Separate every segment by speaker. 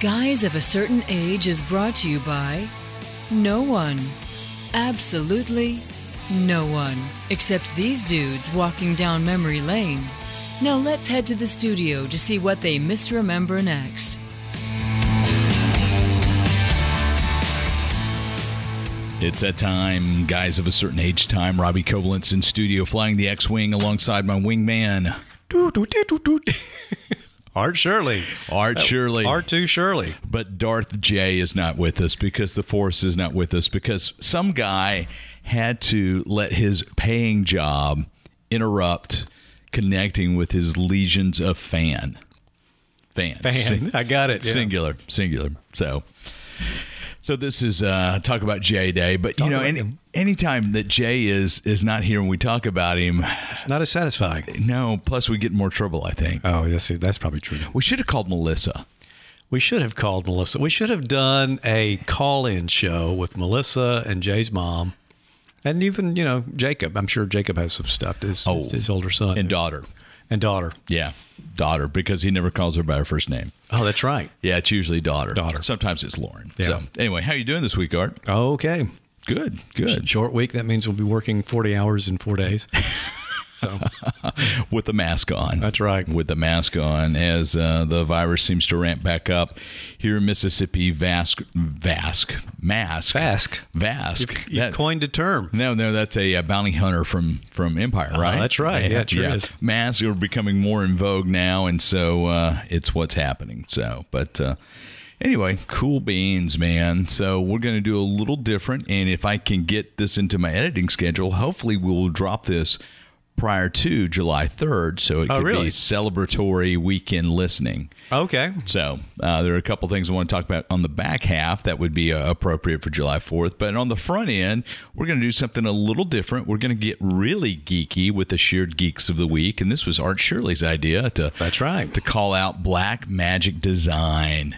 Speaker 1: Guys of a Certain Age is brought to you by no one. Absolutely no one. Except these dudes walking down memory lane. Now let's head to the studio to see what they misremember next.
Speaker 2: It's that time, guys of a certain age time. Robbie Koblenz in studio flying the X Wing alongside my wingman,
Speaker 3: Doot, doot, doot, doot, doot. Art Shirley.
Speaker 2: Art
Speaker 3: Oh,
Speaker 2: Shirley.
Speaker 3: R2 Shirley.
Speaker 2: But Darth J is not with us because the force is not with us because some guy had to let his paying job interrupt connecting with his legions of fan. Fan.
Speaker 3: Fan. I got it. Yeah.
Speaker 2: Singular. Singular. So so this is uh talk about Jay Day, but
Speaker 3: Talk
Speaker 2: you know
Speaker 3: about
Speaker 2: any,
Speaker 3: him.
Speaker 2: anytime that Jay is is not here and we talk about him,
Speaker 3: It's not as satisfying.
Speaker 2: no, plus we get in more trouble, I think.
Speaker 3: Oh, yes, see, that's probably true.
Speaker 2: We should have called Melissa.
Speaker 3: We should have called Melissa. We should have done a call in show with Melissa and Jay's mom. And even, you know, Jacob. I'm sure Jacob has some stuff. His,
Speaker 2: Oh.
Speaker 3: his older son
Speaker 2: and daughter.
Speaker 3: and daughter.
Speaker 2: Yeah, daughter, because he never calls her by her first name.
Speaker 3: Oh, that's right.
Speaker 2: Yeah, it's usually daughter.
Speaker 3: Daughter.
Speaker 2: Sometimes it's Lauren.
Speaker 3: Yeah.
Speaker 2: So anyway, how you doing this week, Art?
Speaker 3: Okay.
Speaker 2: Good, good.
Speaker 3: Short week. That means we'll be working 40 hours in four days. so,
Speaker 2: With the mask on.
Speaker 3: That's right.
Speaker 2: With the mask on, as uh, the virus seems to ramp back up here in Mississippi. Vask, vask, mask,
Speaker 3: Fask.
Speaker 2: vask.
Speaker 3: You
Speaker 2: That-
Speaker 3: coined a term.
Speaker 2: no, no, that's a, uh bounty hunter from from Empire, right?
Speaker 3: Ah, that's right. Yeah, it sure is.
Speaker 2: Masks are becoming more in vogue now, and so uh, it's what's happening. So, but uh, anyway, cool beans, man. So we're going to do a little different, and if I can get this into my editing schedule, hopefully we'll drop this prior to July third, so it
Speaker 3: Oh,
Speaker 2: could
Speaker 3: really?
Speaker 2: be celebratory weekend listening.
Speaker 3: Okay.
Speaker 2: So uh, there are a couple things I want to talk about on the back half that would be uh, appropriate for July 4th. But on the front end, we're going to do something a little different. We're going to get really geeky with the shared geeks of the week, and this was Art Shirley's idea to
Speaker 3: That's right.
Speaker 2: to call out Black Magic Design.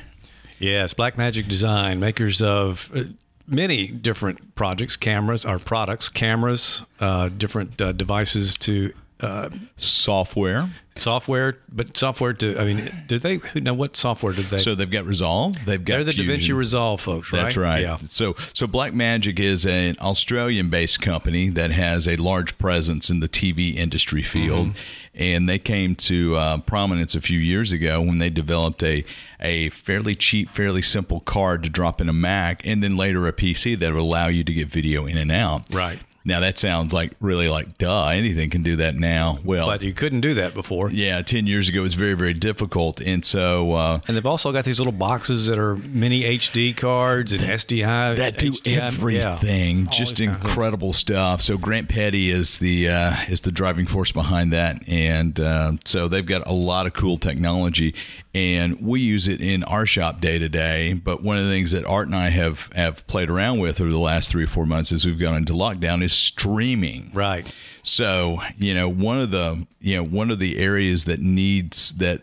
Speaker 3: Yes, Black Magic Design, makers of uh, many different projects, cameras, or products, cameras, uh, different uh, devices to uh,
Speaker 2: Software.
Speaker 3: software, but software to, I mean, did they, who know what software did they?
Speaker 2: So they've got Resolve. They've got
Speaker 3: They're the Da Vinci
Speaker 2: Fusion.
Speaker 3: Resolve folks, right?
Speaker 2: That's right.
Speaker 3: Yeah.
Speaker 2: So so Black Magic is an Australian-based company that has a large presence in the TV industry field,
Speaker 3: Mm-hmm.
Speaker 2: and they came to uh, prominence a few years ago when they developed a a fairly cheap, fairly simple card to drop in a Mac, and then later a PC that will allow you to get video in and out.
Speaker 3: Right.
Speaker 2: Now that sounds like really like duh, anything can do that now. Well.
Speaker 3: But you couldn't do that before.
Speaker 2: yeah, 10 years ago it was very, very difficult. And so uh,
Speaker 3: And they've also got these little boxes that are mini HD cards and SDI.
Speaker 2: that do
Speaker 3: HDMI. Yeah.
Speaker 2: everything.
Speaker 3: All
Speaker 2: Just
Speaker 3: these kinds of things.
Speaker 2: incredible stuff. So Grant Petty is the uh, is the driving force behind that, and uh, so they've got a lot of cool technology, and we use it in our shop day to day. But one of the things that Art and I have have played around with over the last three or four months as we've gone into lockdown is streaming.
Speaker 3: Right.
Speaker 2: So you know one of the you know one of the areas that needs that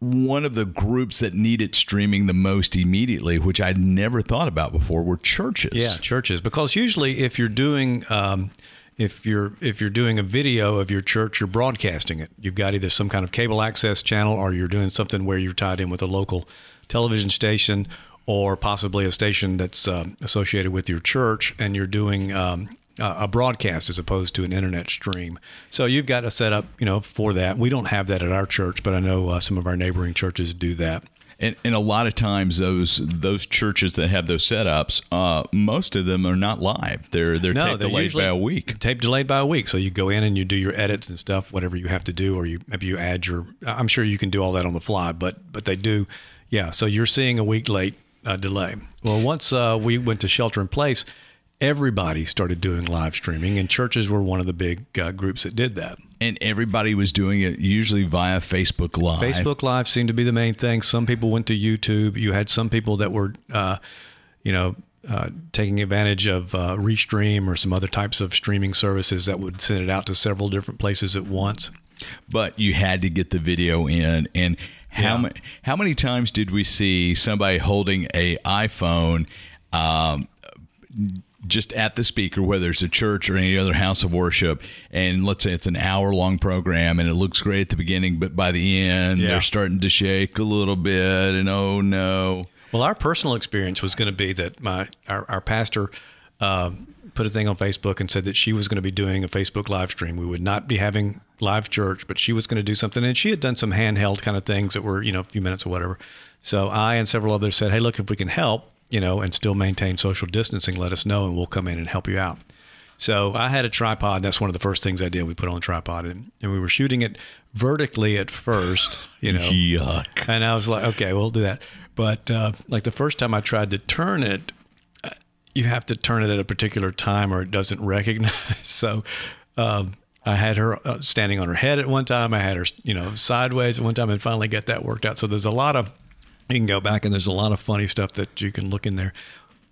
Speaker 2: one of the groups that needed streaming the most immediately, which I'd never thought about before, were churches.
Speaker 3: Yeah, churches. Because usually, if you're doing um, if you're if you're doing a video of your church, you're broadcasting it. You've got either some kind of cable access channel, or you're doing something where you're tied in with a local television station, or possibly a station that's um, associated with your church, and you're doing. Um, a a broadcast as opposed to an internet stream, so you've got a setup, you know, for that. We don't have that at our church, but I know uh, some of our neighboring churches do that.
Speaker 2: and, and a lot of times those those churches that have those setups, uh, most of them are not live. They're they're taped
Speaker 3: they're
Speaker 2: delayed
Speaker 3: usually
Speaker 2: by a week.
Speaker 3: Tape delayed by a week. So you go in and you do your edits and stuff, whatever you have to do, or you maybe you add your. I'm sure you can do all that on the fly, but but they do, yeah. So you're seeing a week late uh, delay. Well, once uh, we went to shelter in place, everybody started doing live streaming, and churches were one of the big uh, groups that did that.
Speaker 2: And everybody was doing it usually via Facebook Live.
Speaker 3: Facebook Live seemed to be the main thing. Some people went to YouTube. You had some people that were, uh, you know, uh, taking advantage of uh, Restream or some other types of streaming services that would send it out to several different places at once.
Speaker 2: but you had to get the video in and how
Speaker 3: Yeah.
Speaker 2: ma- how many times did we see somebody holding a iPhone um, just at the speaker, whether it's a church or any other house of worship, and let's say it's an hour long program and it looks great at the beginning, but by the end
Speaker 3: Yeah.
Speaker 2: they're starting to shake a little bit and oh no.
Speaker 3: Well, our personal experience was going to be that my our, our pastor uh, put a thing on Facebook and said that she was going to be doing a Facebook live stream. We would not be having live church, but she was going to do something, and she had done some handheld kind of things that were you know a few minutes or whatever. So I and several others said, "Hey, look, if we can help, you know, and still maintain social distancing, let us know, and we'll come in and help you out." So I had a tripod. That's one of the first things I did. We put on a tripod, and, and we were shooting it vertically at first, you know,
Speaker 2: Yuck.
Speaker 3: and I was like, okay, we'll do that. But uh, like the first time I tried to turn it, uh, you have to turn it at a particular time or it doesn't recognize. So um, I had her uh, standing on her head at one time. I had her, you know, sideways at one time, and finally got that worked out. So there's a lot of you can go back and there's a lot of funny stuff that you can look in there.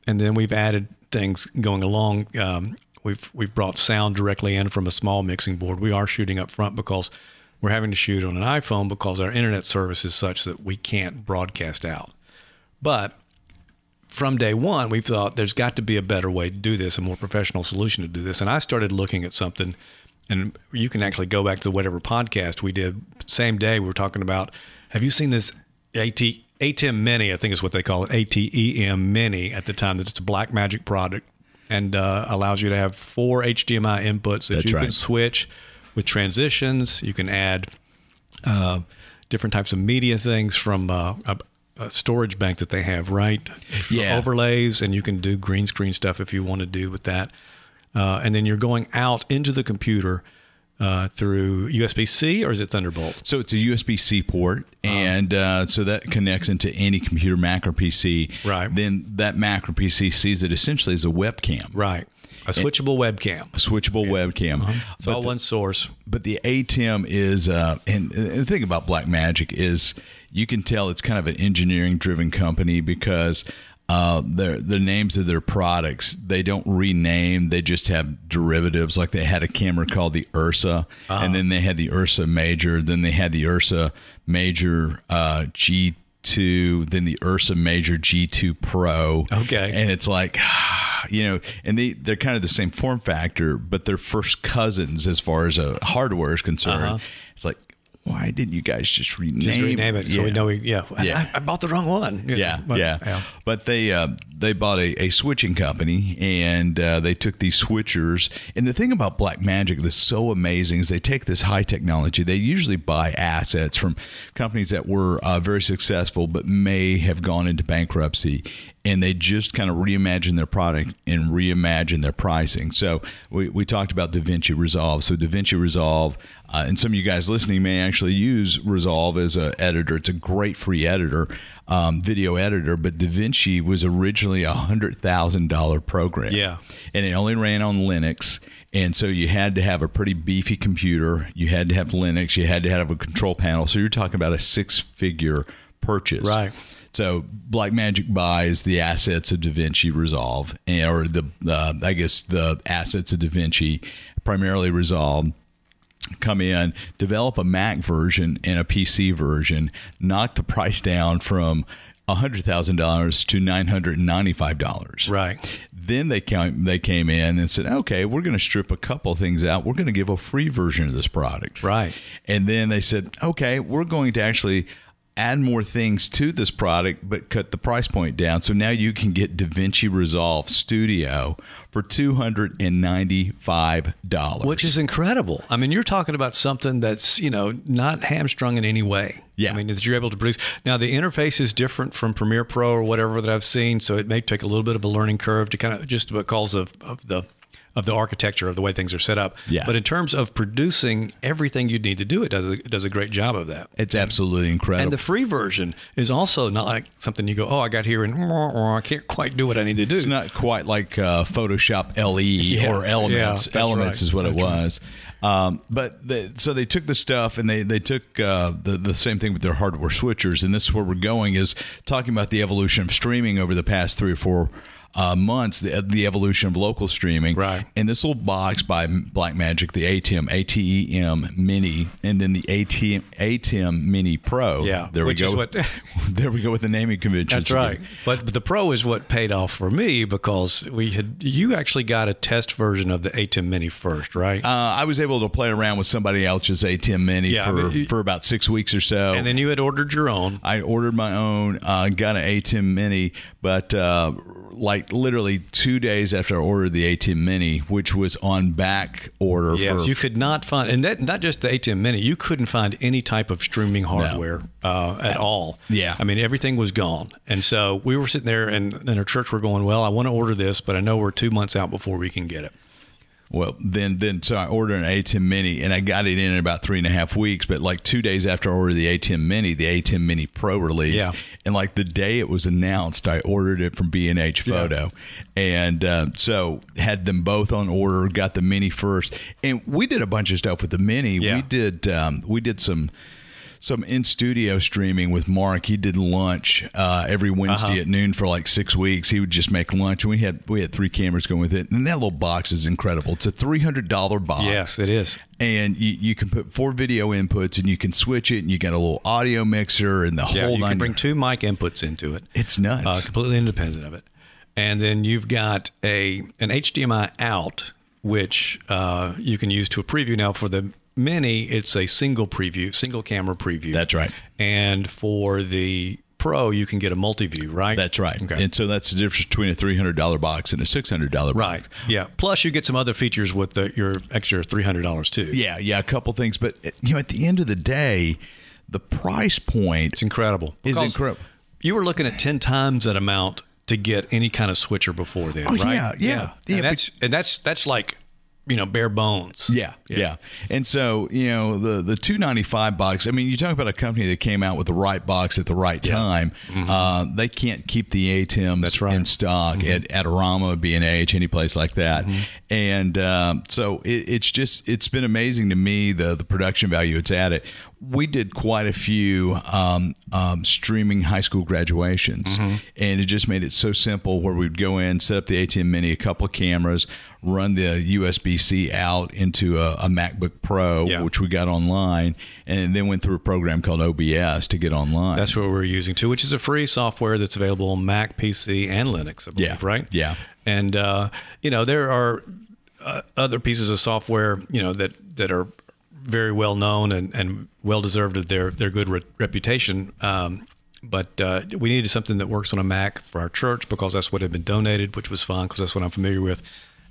Speaker 3: And then we've added things going along. Um, we've we've brought sound directly in from a small mixing board. We are shooting up front because we're having to shoot on an iPhone because our internet service is such that we can't broadcast out. But from day one, we thought there's got to be a better way to do this, a more professional solution to do this. And I started looking at something, and you can actually go back to whatever podcast we did. Same day, we were talking about have you seen this AT, ATM Mini? I think is what they call it ATEM Mini at the time that it's a Black Magic product and uh, allows you to have four HDMI inputs that
Speaker 2: That's
Speaker 3: you can
Speaker 2: right.
Speaker 3: switch with transitions. You can add different types of media things from uh, a, a storage bank that they have, right? For
Speaker 2: Yeah.
Speaker 3: Overlays, and you can do green screen stuff if you want to do with that. Uh, and then you're going out into the computer uh, through USB C or is it Thunderbolt?
Speaker 2: So it's a USB C port,
Speaker 3: Uh-huh.
Speaker 2: and uh, so that connects into any computer, Mac or PC.
Speaker 3: Right.
Speaker 2: Then that Mac or PC sees it essentially as a webcam,
Speaker 3: Right. A switchable webcam.
Speaker 2: a switchable webcam.
Speaker 3: It's all one source.
Speaker 2: but the ATEM is, uh, and, and the thing about Black Magic is you can tell it's kind of an engineering driven company because uh, their the names of their products they don't rename; they just have derivatives. Like they had a camera called the Ursa, and then they had the Ursa Major, then they had the Ursa Major uh, G. Two, then the Ursa Major G2 Pro.
Speaker 3: Okay.
Speaker 2: and it's like you know, and they they're kind of the same form factor, but they're first cousins as far as uh, hardware is concerned. It's like, why didn't you guys just rename,
Speaker 3: Uh-huh. Just rename it so we
Speaker 2: Yeah.
Speaker 3: know we, yeah.
Speaker 2: Yeah.
Speaker 3: I, I bought the wrong one.
Speaker 2: Yeah,
Speaker 3: But-
Speaker 2: yeah, But they uh, they bought a, a switching company and uh, they took these switchers. And the thing about Black Magic that's so amazing is they take this high technology. They usually buy assets from companies that were uh, very successful but may have gone into bankruptcy. And they just kind of reimagine their product and reimagine their pricing. So we, we talked about DaVinci Resolve. So DaVinci Resolve, uh, and some of you guys listening may actually use Resolve as a editor. It's a great free editor, um, video editor. But DaVinci was originally a hundred thousand dollar program.
Speaker 3: Yeah.
Speaker 2: and it only ran on Linux. And so you had to have a pretty beefy computer. You had to have Linux. You had to have a control panel. So you're talking about a six figure purchase.
Speaker 3: Right.
Speaker 2: So Blackmagic buys the assets of DaVinci Resolve, and- or the uh, I guess the assets of DaVinci, primarily Resolve come in, develop a Mac version and a PC version, knock the price down from $100,000 to $995.
Speaker 3: Right.
Speaker 2: Then they came, they came in and said, okay, we're going to strip a couple things out. We're going to give a free version of this product.
Speaker 3: Right.
Speaker 2: And then they said, okay, we're going to actually add more things to this product, but cut the price point down. So now you can get DaVinci Resolve Studio for $295.
Speaker 3: Which is incredible. I mean, you're talking about something that's, you know, not hamstrung in any way.
Speaker 2: Yeah.
Speaker 3: I mean, that you're able to produce. Now, the interface is different from Premiere Pro or whatever that I've seen. So it may take a little bit of a learning curve to kind of just because of, of the of the architecture of the way things are set up.
Speaker 2: Yeah.
Speaker 3: But in terms of producing everything you need to do, it does a, it does a great job of that.
Speaker 2: It's absolutely incredible.
Speaker 3: And the free version is also not like something you go, oh, I got here and I can't quite do what I need to do.
Speaker 2: it's not quite like uh, Photoshop LE or
Speaker 3: yeah,
Speaker 2: Elements.
Speaker 3: that's
Speaker 2: Elements
Speaker 3: right,
Speaker 2: is what it
Speaker 3: that's right.
Speaker 2: was. Um, but they, so they took the stuff and they they took uh, the the same thing with their hardware switchers. And this is where we're going is talking about the evolution of streaming over the past three or four. uh, months the, the evolution of local streaming.
Speaker 3: Right.
Speaker 2: And this little box by Blackmagic, the ATM ATEM E Mini, and then the ATM ATEM Mini Pro.
Speaker 3: Yeah,
Speaker 2: There
Speaker 3: which
Speaker 2: we go.
Speaker 3: is
Speaker 2: with-
Speaker 3: what-
Speaker 2: there we go with the naming convention.
Speaker 3: That's right. But, but the pro is what paid off for me because we had you actually got a test version of the ATEM Mini first, right?
Speaker 2: Uh, I was able to play around with somebody else's ATM Mini
Speaker 3: Yeah, I
Speaker 2: for,
Speaker 3: mean, you-
Speaker 2: for about six weeks or so.
Speaker 3: and then you had ordered your own.
Speaker 2: I ordered my own, uh, got an ATM Mini, but uh, like literally two days after I ordered the ATM Mini, which was on back order
Speaker 3: Yes,
Speaker 2: for
Speaker 3: you could not find, and that not just the ATEM Mini. You couldn't find any type of streaming hardware uh, at all.
Speaker 2: Yeah.
Speaker 3: I mean everything was gone, and so we were sitting there, and in our church, we're going, "Well, I want to order this, but I know we're two months out before we can get it."
Speaker 2: Well, then, then so I ordered an A10 Mini, and I got it in in about three and a half weeks. But like two days after I ordered the A10 Mini, the A10 Mini Pro released,
Speaker 3: Yeah.
Speaker 2: and like the day it was announced, I ordered it from B and H Photo, and uh, so had them both on order. Got the Mini first, and we did a bunch of stuff with the Mini.
Speaker 3: Yeah.
Speaker 2: We did um, we did some. Some in studio streaming with Mark. He did lunch uh, every
Speaker 3: Uh-huh.
Speaker 2: Wednesday at noon for like six weeks. He would just make lunch. We had we had three cameras going with it, and that little box is incredible. It's a three hundred dollar box,
Speaker 3: Yes, it is.
Speaker 2: and you, you can put four video inputs, and you can switch it, and you got a little audio mixer, and the
Speaker 3: Yeah,
Speaker 2: whole
Speaker 3: you
Speaker 2: nine.
Speaker 3: can bring two mic inputs into it.
Speaker 2: it's
Speaker 3: uh,
Speaker 2: nuts.
Speaker 3: completely independent of it. And then you've got a an HDMI out, which uh, you can use to a preview. Now for the mini, it's a single preview, single camera preview.
Speaker 2: That's right.
Speaker 3: And for the Pro, you can get a multi view, right?
Speaker 2: that's right.
Speaker 3: Okay.
Speaker 2: And so that's the difference between a three hundred dollar box and a six hundred dollar box.
Speaker 3: right. Yeah. Plus, you get some other features with the, your extra three hundred dollars too.
Speaker 2: Yeah, yeah, a couple things, but you know, at the end of the day, the price point
Speaker 3: It's incredible.
Speaker 2: is
Speaker 3: Because
Speaker 2: incredible.
Speaker 3: You were looking at ten times that amount to get any kind of switcher before then,
Speaker 2: Oh,
Speaker 3: right?
Speaker 2: yeah, yeah, yeah,
Speaker 3: and that's and that's that's like you know bare bones.
Speaker 2: Yeah, yeah, And so, you know, the the 295 box, I mean, you talk about a company that came out with the right box at the right time. Uh, they can't keep the ATMs
Speaker 3: Mm-hmm. That's right. Mm-hmm.
Speaker 2: in stock at, at Arama, B&H, any place like that. And um, so it, it's just, it's been amazing to me, the, the production value it's added. We did quite a few um, um, streaming high school graduations,
Speaker 3: Mm-hmm.
Speaker 2: and it just made it so simple where we'd go in, set up the ATM Mini, a couple of cameras, run the USB C out into a, a MacBook Pro,
Speaker 3: Yeah.
Speaker 2: which we got online, and then went through a program called OBS to get online.
Speaker 3: That's what we're using too, which is a free software that's available on Mac, PC, and Linux. I believe,
Speaker 2: Yeah.
Speaker 3: right?
Speaker 2: Yeah.
Speaker 3: And uh, you know there are uh, other pieces of software you know that that are very well known and, and well deserved of their their good re- reputation. Um, but uh, we needed something that works on a Mac for our church because that's what had been donated, which was fine because that's what I'm familiar with.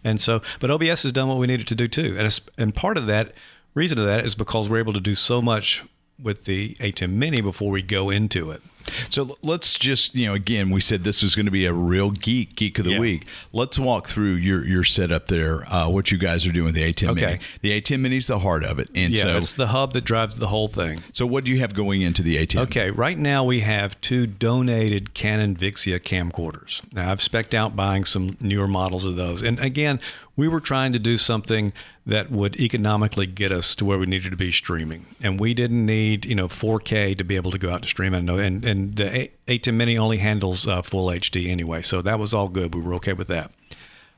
Speaker 3: And so, but OBS has done what we needed to do too, and it's, and part of that reason of that is because we're able to do so much with the ATEM Mini before we go into it.
Speaker 2: So l- let's just, you know, again, we said this was going to be a real geek geek of the
Speaker 3: Yeah.
Speaker 2: week. Let's walk through your your setup there, uh, what you guys are doing with the A10 Mini.
Speaker 3: Okay.
Speaker 2: The A10 Mini is the heart of it, and
Speaker 3: Yeah,
Speaker 2: so
Speaker 3: it's the hub that drives the whole thing.
Speaker 2: so what do you have going into the A10?
Speaker 3: Okay, right now we have two donated Canon Vixia camcorders. Now I've specced out buying some newer models of those. And again, we were trying to do something that would economically get us to where we needed to be streaming. And we didn't need, you know, 4K to be able to go out and stream. I know, and, and the A- A10 Mini only handles uh, full HD anyway. So that was all good. We were okay with that.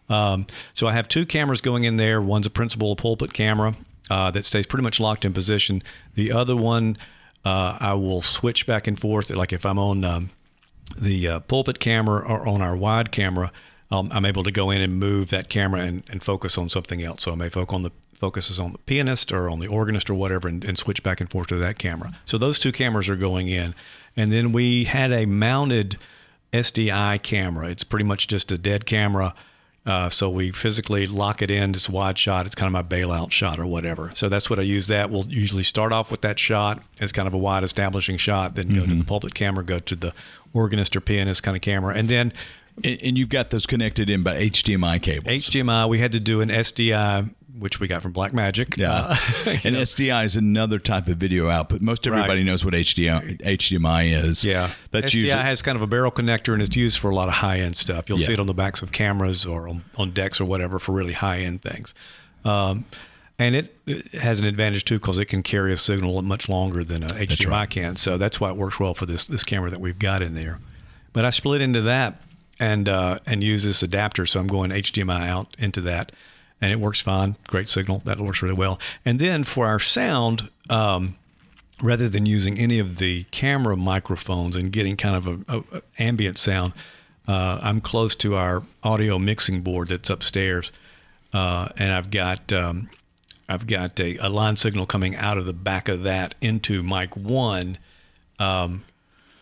Speaker 3: Um, so I have two cameras going in there. One's a principal pulpit camera uh, that stays pretty much locked in position. The other one, uh, I will switch back and forth. Like if I'm on um, the uh, pulpit camera or on our wide camera, um, I'm able to go in and move that camera and, and focus on something else. So I may focus on the focuses on the pianist or on the organist or whatever, and, and switch back and forth to that camera. So those two cameras are going in, and then we had a mounted SDI camera. It's pretty much just a dead camera. Uh, so we physically lock it in. It's a wide shot. It's kind of my bailout shot or whatever. So that's what I use. That we'll usually start off with that shot as kind of a wide establishing shot. Then go to the public camera, go to the organist or pianist kind of camera, and then
Speaker 2: And, and you've got those connected in by HDMI cables.
Speaker 3: HDMI. We had to do an SDI, which we got from Blackmagic.
Speaker 2: yeah,
Speaker 3: Uh,
Speaker 2: and SDI is another type of video output. Most everybody
Speaker 3: Right.
Speaker 2: knows what HDMI, HDMI is.
Speaker 3: Yeah,
Speaker 2: that's
Speaker 3: SDI
Speaker 2: usually
Speaker 3: has kind of a barrel connector, and it's used for a lot of high end stuff. You'll
Speaker 2: Yeah.
Speaker 3: see it on the backs of cameras or on, on decks or whatever for really high end things. Um, and it, it has an advantage too because it can carry a signal much longer than a HDMI can. So that's why it works well for this this camera that we've got in there. But I split into that and uh, and use this adapter. So I'm going HDMI out into that, and it works fine. Great signal. That works really well. And then for our sound, um, rather than using any of the camera microphones and getting kind of a, a- a ambient sound, uh, I'm close to our audio mixing board that's upstairs, uh, and I've got. Um, I've got a, a line signal coming out of the back of that into mic one, Um,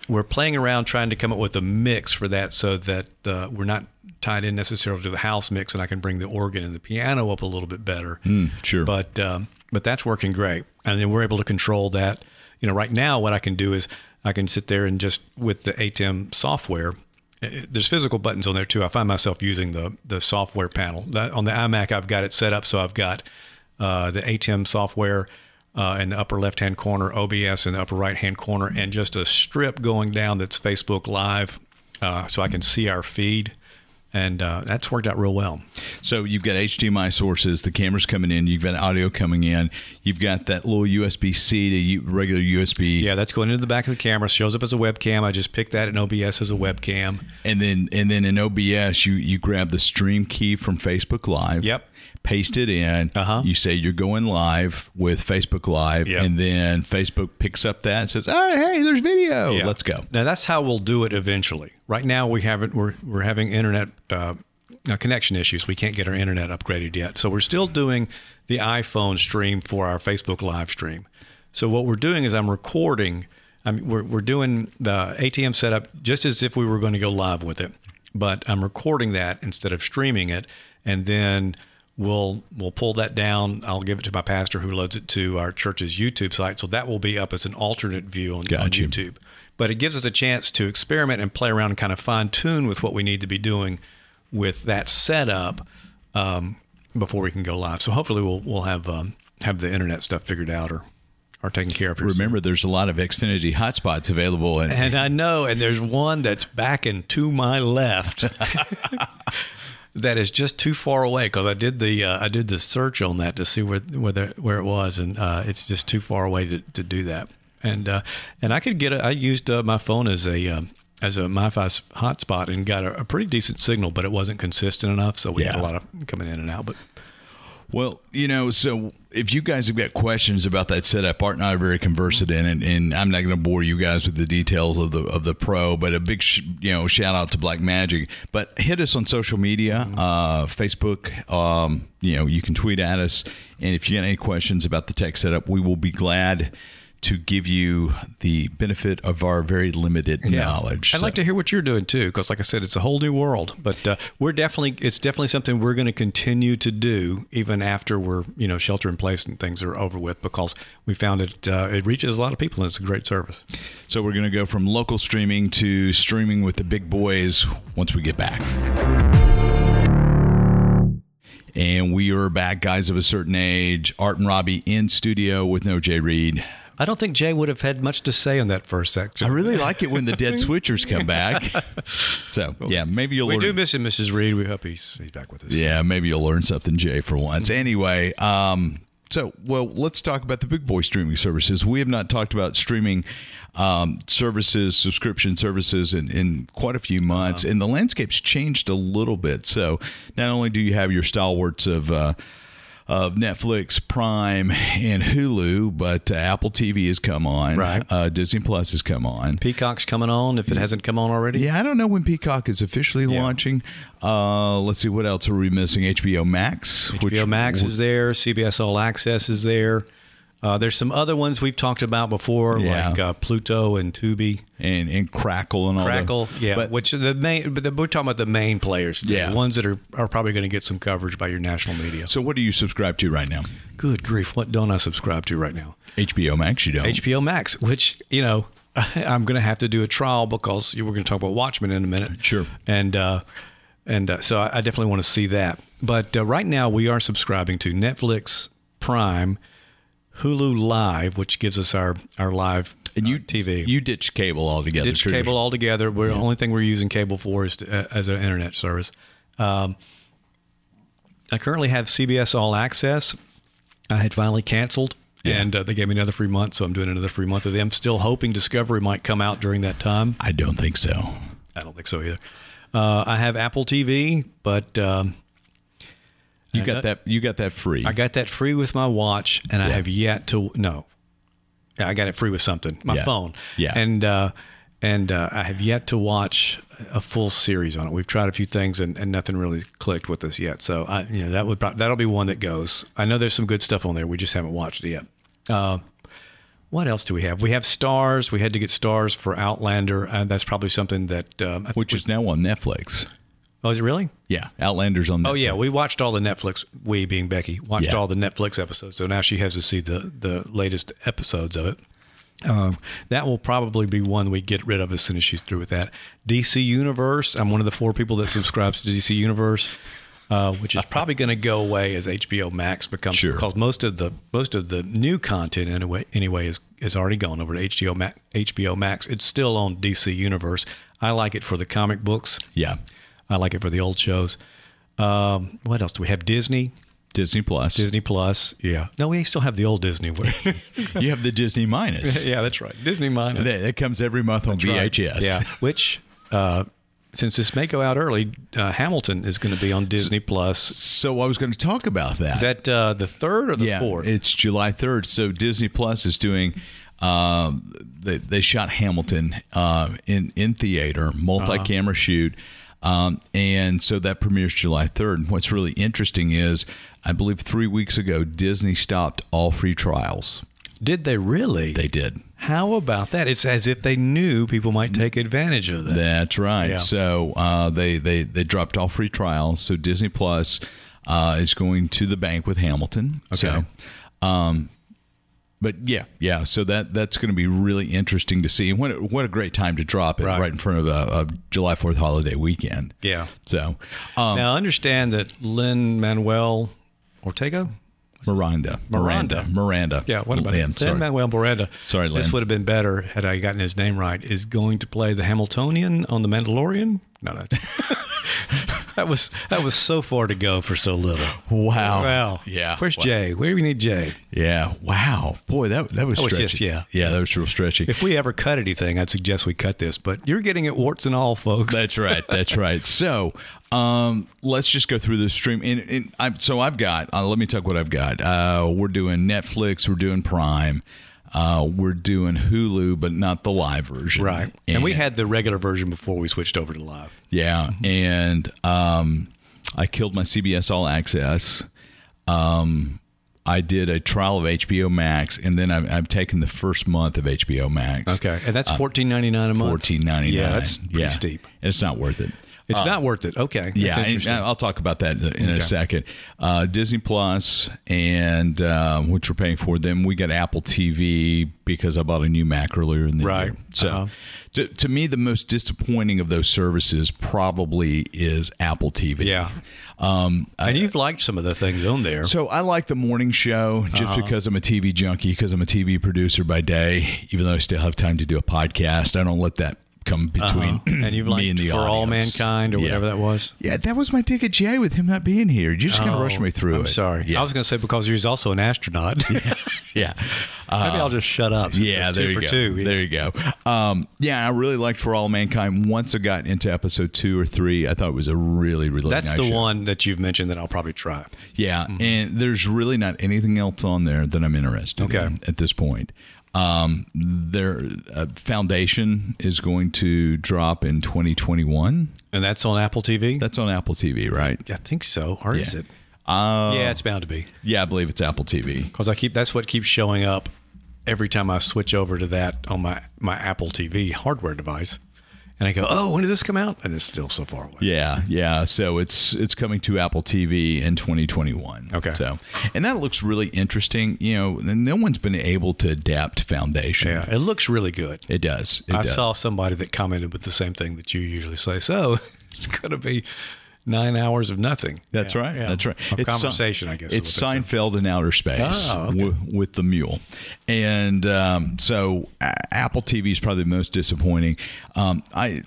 Speaker 3: we're playing around trying to come up with a mix for that so that uh, we're not tied in necessarily to the house mix and I can bring the organ and the piano up a little bit better.
Speaker 2: sure.
Speaker 3: But um, but that's working great. And then we're able to control that. You know, right now what I can do is I can sit there and just with the ATEM software eh, there's physical buttons on there too. I find myself using the the software panel. That, on the iMac, I've got it set up so I've got uh, the ATEM software uh, in the upper left hand corner, OBS in the upper right hand corner, and just a strip going down that's Facebook Live, uh, so I can see our feed, and uh, that's worked out real well.
Speaker 2: So you've got HDMI sources, the camera's coming in, you've got audio coming in, you've got that little USB C to u- regular USB,
Speaker 3: Yeah, that's going into the back of the camera. Shows up as a webcam. I just picked that in OBS as a webcam.
Speaker 2: and then and then in OBS you you grab the stream key from Facebook Live.
Speaker 3: Yep.
Speaker 2: Paste it in.
Speaker 3: Uh-huh.
Speaker 2: You say you're going live with Facebook Live,
Speaker 3: Yep.
Speaker 2: and then Facebook picks up that and says, "Oh, hey, there's video.
Speaker 3: Yeah.
Speaker 2: Let's go."
Speaker 3: Now that's how we'll do it eventually. Right now we haven't. We're we're having internet uh, uh, connection issues. We can't get our internet upgraded yet. So we're still doing the iPhone stream for our Facebook live stream. So what we're doing is I'm recording. I mean, we're we're doing the ATM setup just as if we were going to go live with it, but I'm recording that instead of streaming it, and then. We'll we'll pull that down. I'll give it to my pastor who loads it to our church's YouTube site. So that will be up as an alternate view on, on
Speaker 2: Gotcha.
Speaker 3: YouTube. YouTube. But it gives us a chance to experiment and play around and kind of fine tune with what we need to be doing with that setup um, before we can go live. So hopefully we'll we'll have um, have the internet stuff figured out or or taken care of. here soon.
Speaker 2: Remember, there's a lot of Xfinity hotspots available, and,
Speaker 3: And I know, and there's one that's backing to my left that is just too far away because I did the uh, I did the search on that to see where whether where it was, and uh, it's just too far away to, to do that. And uh, and I could get a, I used uh, my phone as a um, as a MiFi s- hotspot and got a, a pretty decent signal, but it wasn't consistent enough, so we had
Speaker 2: Yeah.
Speaker 3: a lot of coming in and out. But
Speaker 2: Well, you know, so if you guys have got questions about that setup, Art and I are very conversant in, and, and I'm not going to bore you guys with the details of the of the pro, but a big sh- you know shout out to Black Magic. But hit us on social media,
Speaker 3: Mm-hmm.
Speaker 2: uh, Facebook. Um, you know, you can tweet at us, and if you got any questions about the tech setup, we will be glad to give you the benefit of our very limited knowledge.
Speaker 3: I'd like to hear what you're doing too, because like I said, it's a whole new world. But uh, we're definitely it's definitely something we're going to continue to do even after we're you know shelter in place and things are over with, because we found it uh, it reaches a lot of people and it's a great service.
Speaker 2: So we're going to go from local streaming to streaming with the big boys once we get back. And we are back, guys of a certain age. Art and Robbie in studio with no Jay Reed.
Speaker 3: I don't think Jay would have had much to say on that first section.
Speaker 2: I really like it when the dead switchers come back. So yeah, maybe you'll
Speaker 3: we
Speaker 2: order-
Speaker 3: do miss him, Mrs. Reed. We hope he's he's back with us.
Speaker 2: Yeah, maybe you'll learn something, Jay, for once. Anyway, um, so well, let's talk about the big boy streaming services. We have not talked about streaming um, services, subscription services, in, in quite a few months, and the landscape's changed a little bit. So not only do you have your stalwarts of uh, of Netflix, Prime, and Hulu, but uh, Apple TV has come on.
Speaker 3: Right.
Speaker 2: Uh, Disney Plus has come on.
Speaker 3: Peacock's coming on if it hasn't come on already.
Speaker 2: Yeah, I don't know when Peacock is officially launching. Uh, let's see what else are we missing. HBO Max,
Speaker 3: HBO Max is there. CBS All Access is there. Uh, there's some other ones we've talked about before,
Speaker 2: Yeah.
Speaker 3: like uh, Pluto and Tubi.
Speaker 2: and and Crackle and all that.
Speaker 3: Crackle, yeah.
Speaker 2: But
Speaker 3: which the main, but the, we're talking about the main players, the
Speaker 2: Yeah.
Speaker 3: ones that are, are probably going to get some coverage by your national media.
Speaker 2: so what do you subscribe to right now?
Speaker 3: Good grief, what don't I subscribe to right now?
Speaker 2: HBO Max, you don't.
Speaker 3: HBO Max, which you know I'm going to have to do a trial because you were going to talk about Watchmen in a minute.
Speaker 2: Sure.
Speaker 3: and uh, and uh, so I, I definitely want to see that. But uh, right now we are subscribing to Netflix, Prime, Hulu Live, which gives us our our live
Speaker 2: and you
Speaker 3: uh, TV.
Speaker 2: You ditched cable altogether.
Speaker 3: ditch
Speaker 2: true.
Speaker 3: cable altogether. We're the only thing we're using cable for is to, uh, as an internet service. Um, I currently have CBS All Access. I had finally canceled, and uh, they gave me another free month, so I'm doing another free month of them. Still hoping Discovery might come out during that time.
Speaker 2: I don't think so.
Speaker 3: I don't think so either. Uh, I have Apple TV, but um,
Speaker 2: You got that. You got that free.
Speaker 3: I got that free with my watch, and I
Speaker 2: Yeah.
Speaker 3: have yet to no. Yeah, I got it free with something, my
Speaker 2: Yeah.
Speaker 3: phone.
Speaker 2: Yeah.
Speaker 3: and uh, and uh, I have yet to watch a full series on it. We've tried a few things, and, and nothing really clicked with us yet. So I, you know, that would prob- that'll be one that goes. I know there's some good stuff on there. We just haven't watched it yet. Uh, what else do we have? We have stars. We had to get stars for Outlander. Uh, that's probably something that. Um, I think
Speaker 2: which
Speaker 3: we-
Speaker 2: is now on Netflix.
Speaker 3: oh, is it really?
Speaker 2: Yeah, Outlander's on. Netflix.
Speaker 3: Oh yeah, we watched all the Netflix. We being Becky watched
Speaker 2: Yeah.
Speaker 3: all the Netflix episodes, so now she has to see the the latest episodes of it. Um, that will probably be one we get rid of as soon as she's through with that. DC Universe. I'm one of the four people that subscribes to DC Universe, uh, which is probably going to go away as HBO Max becomes
Speaker 2: Sure.
Speaker 3: because most of the most of the new content anyway anyway is is already gone over to HBO Max. HBO Max. It's still on DC Universe. I like it for the comic books.
Speaker 2: yeah.
Speaker 3: I like it for the old shows. Um, what else do we have? Disney,
Speaker 2: Disney Plus.
Speaker 3: Disney Plus. Yeah. No, we still have the old Disney. one.
Speaker 2: You have the Disney Minus.
Speaker 3: yeah, that's right. Disney minus.
Speaker 2: that, that comes every month on
Speaker 3: Right.
Speaker 2: VHS.
Speaker 3: Yeah. Which, uh, since this may go out early, uh, Hamilton is going to be on Disney Plus.
Speaker 2: So I was going to talk about that.
Speaker 3: Is that uh, the third or the
Speaker 2: yeah,
Speaker 3: fourth?
Speaker 2: It's July 3rd. So Disney Plus is doing. Um, they, they shot Hamilton uh, in in theater,
Speaker 3: Uh-huh.
Speaker 2: multi-camera shoot, um, and so that premieres July 3rd. And what's really interesting is, I believe three weeks ago, Disney stopped all free trials.
Speaker 3: Did they really?
Speaker 2: They did.
Speaker 3: How about that? It's as if they knew people might take advantage of that.
Speaker 2: That's right.
Speaker 3: Yeah.
Speaker 2: So uh, they they they dropped all free trials. So Disney Plus uh, is going to the bank with Hamilton. Okay. So, um, but yeah, yeah. So that that's going to be really interesting to see. And what a- what a great time to drop it
Speaker 3: Right.
Speaker 2: right, in front of a, a July Fourth holiday weekend.
Speaker 3: Yeah.
Speaker 2: So um,
Speaker 3: Now, I understand that Lynn Manuel Ortega.
Speaker 2: Miranda,
Speaker 3: Miranda.
Speaker 2: Miranda, Miranda.
Speaker 3: Yeah, what about
Speaker 2: Yeah,
Speaker 3: him?
Speaker 2: sorry.
Speaker 3: Lin Manuel Miranda.
Speaker 2: Sorry,
Speaker 3: This
Speaker 2: Lin.
Speaker 3: would have been better had I gotten his name right. Is going to play the Hamiltonian on the Mandalorian? No, no. that was that was so far to go for so little.
Speaker 2: Wow.
Speaker 3: Wow.
Speaker 2: Yeah.
Speaker 3: Where's
Speaker 2: Wow.
Speaker 3: Jay? Where do we need Jay?
Speaker 2: Yeah. Wow. Boy, that that was
Speaker 3: That was
Speaker 2: stretchy.
Speaker 3: just- yeah.
Speaker 2: Yeah, that was real stretchy.
Speaker 3: If we ever cut anything, I'd suggest we cut this. But you're getting it warts and all, folks.
Speaker 2: That's right. That's right. So um, let's just go through the stream. And, and I, so I've got. Uh, let me talk what I've got. Uh, we're doing Netflix. We're doing Prime. Uh, we're doing Hulu, but not the live version.
Speaker 3: right. And, we had Mm-hmm. the regular version before we switched over to live.
Speaker 2: yeah. And um, I killed my CBS All Access. Um, I did a trial of HBO Max, and then I've, I've taken the first month of HBO Max.
Speaker 3: Okay. And that's fourteen ninety nine a month.
Speaker 2: Uh, Fourteen ninety nine.
Speaker 3: Yeah, that's pretty steep.
Speaker 2: It's not worth it.
Speaker 3: It's not worth it. Okay. That's
Speaker 2: Yeah, and uh,
Speaker 3: interesting.
Speaker 2: I'll talk about that in a second. Uh, Disney Plus and um, which we're paying for. Then we got Apple TV because I bought a new Mac earlier in the
Speaker 3: Right.
Speaker 2: year. So,
Speaker 3: Uh-huh.
Speaker 2: to, to me, the most disappointing of those services probably is Apple TV.
Speaker 3: yeah.
Speaker 2: Um,
Speaker 3: and you've liked some of the things on there.
Speaker 2: so I like the morning show just
Speaker 3: Uh-huh.
Speaker 2: because I'm a TV junkie, because I'm a TV producer by day, even though I still have time to do a podcast. I don't let that come between
Speaker 3: Uh-huh. and you've liked
Speaker 2: me and the
Speaker 3: for all
Speaker 2: audience.
Speaker 3: mankind or
Speaker 2: Yeah.
Speaker 3: whatever that was.
Speaker 2: Yeah, that was my dig at Jay with him not being here. You're just going to rush me through
Speaker 3: Oh, I'm
Speaker 2: it.
Speaker 3: sorry.
Speaker 2: Yeah.
Speaker 3: I was going to say because he's also an astronaut.
Speaker 2: yeah.
Speaker 3: Maybe I'll just shut up. since
Speaker 2: Yeah,
Speaker 3: it's
Speaker 2: there
Speaker 3: two
Speaker 2: you
Speaker 3: for
Speaker 2: go.
Speaker 3: two.
Speaker 2: There you go. Um, yeah, I really liked For All Mankind. Once I got into episode two or three, I thought it was a really, really
Speaker 3: That's
Speaker 2: nice
Speaker 3: the
Speaker 2: show.
Speaker 3: one that you've mentioned that I'll probably try.
Speaker 2: Yeah, and there's really not anything else on there that I'm interested
Speaker 3: Okay.
Speaker 2: in at this point. Um, their uh, foundation is going to drop in 2021.
Speaker 3: And that's on Apple TV?
Speaker 2: That's on Apple TV, right?
Speaker 3: I think so. Or is
Speaker 2: Yeah. Uh,
Speaker 3: it? yeah, it's bound to be.
Speaker 2: Yeah, I believe it's Apple TV.
Speaker 3: Because I keep that's what keeps showing up every time I switch over to that on my, my Apple TV hardware device. And I go, oh, when does this come out? And it's still so far away.
Speaker 2: Yeah, yeah. So it's it's coming to Apple TV in 2021.
Speaker 3: Okay.
Speaker 2: So, and that looks really interesting. You know, and no one's been able to adapt Foundation.
Speaker 3: Yeah, it looks really good.
Speaker 2: It does. It
Speaker 3: I
Speaker 2: does.
Speaker 3: saw somebody that commented with the same thing that you usually say. So it's going to be nine hours of nothing.
Speaker 2: That's
Speaker 3: Yeah,
Speaker 2: right.
Speaker 3: yeah.
Speaker 2: That's right.
Speaker 3: Of conversation, I guess. is
Speaker 2: It's
Speaker 3: what they say.
Speaker 2: Seinfeld in outer space
Speaker 3: Oh, okay.
Speaker 2: wi- with the mule, and um, so A- Apple TV is probably the most disappointing. Um, I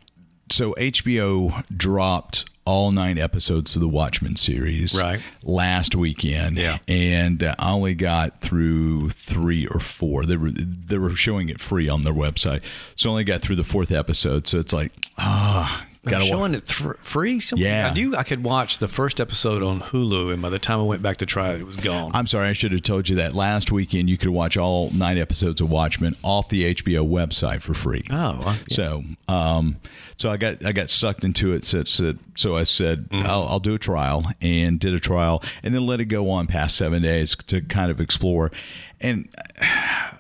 Speaker 2: so HBO dropped all nine episodes of the Watchmen series
Speaker 3: Right.
Speaker 2: last weekend,
Speaker 3: Yeah.
Speaker 2: and uh, I only got through three or four. They were they were showing it free on their website, so I only got through the fourth episode. So it's like ah.
Speaker 3: Got
Speaker 2: Gotta
Speaker 3: showing it thr free. Something?
Speaker 2: Yeah.
Speaker 3: I knew I could watch the first episode on Hulu, and by the time I went back to try it, it was gone.
Speaker 2: I'm sorry, I should have told you that last weekend you could watch all nine episodes of Watchmen off the HBO website for free.
Speaker 3: oh, I-
Speaker 2: So, um, so I got I got sucked into it. So, so, so I said
Speaker 3: Mm-hmm.
Speaker 2: I'll, I'll do a trial and did a trial, and then let it go on past seven days to kind of explore. And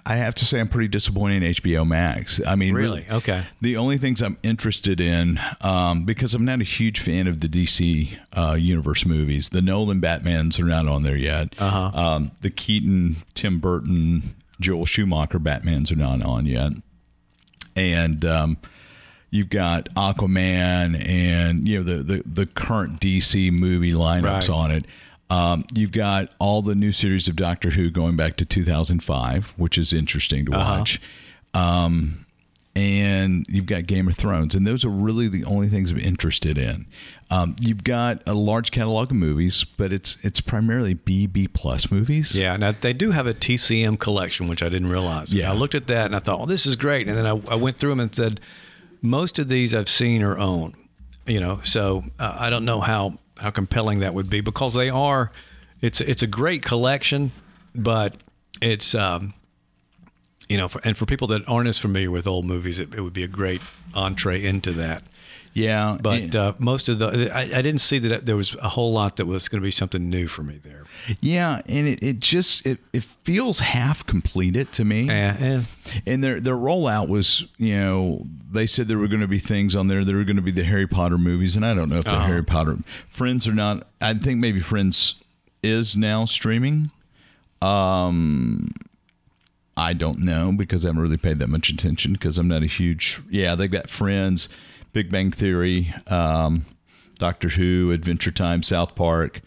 Speaker 2: I have to say, I'm pretty disappointed in HBO Max. I mean,
Speaker 3: Really? Okay.
Speaker 2: The only things I'm interested in, um, because I'm not a huge fan of the DC uh, universe movies, the Nolan Batmans are not on there yet. Uh-huh. Um, the Keaton, Tim Burton, Joel Schumacher Batmans are not on yet and um, you've got Aquaman and you know the the, the current DC movie lineups
Speaker 3: Right.
Speaker 2: on it. Um, you've got all the new series of Doctor Who going back to 2005, which is interesting to
Speaker 3: Uh-huh.
Speaker 2: watch. Um, and you've got Game of Thrones, and those are really the only things I'm interested in. Um, you've got a large catalog of movies, but it's it's primarily B B plus movies.
Speaker 3: Yeah, now they do have a TCM collection, which I didn't realize.
Speaker 2: Yeah.
Speaker 3: I looked at that and I thought, well, this is great. And then I, I went through them and said, most of these I've seen or own, you know, so uh, I don't know how, how compelling that would be because they are, it's, it's a great collection, but it's, um, you know, for, and for people that aren't as familiar with old movies, it, it would be a great entree into that.
Speaker 2: yeah.
Speaker 3: But uh, most of the, I, I didn't see that there was a whole lot that was going to be something new for me there.
Speaker 2: Yeah, and it, it just it, it feels half completed to
Speaker 3: Eh,
Speaker 2: me.
Speaker 3: And,
Speaker 2: And their their rollout was, you know, they said there were going to be things on there. There were going to be the Harry Potter movies, and I don't know if the Harry Potter Friends are not. I think maybe Friends is now streaming. Um, I don't know because I haven't really paid that much attention because I'm not a huge. Yeah, they've got Friends, Big Bang Theory, um, Doctor Who, Adventure Time, South Park.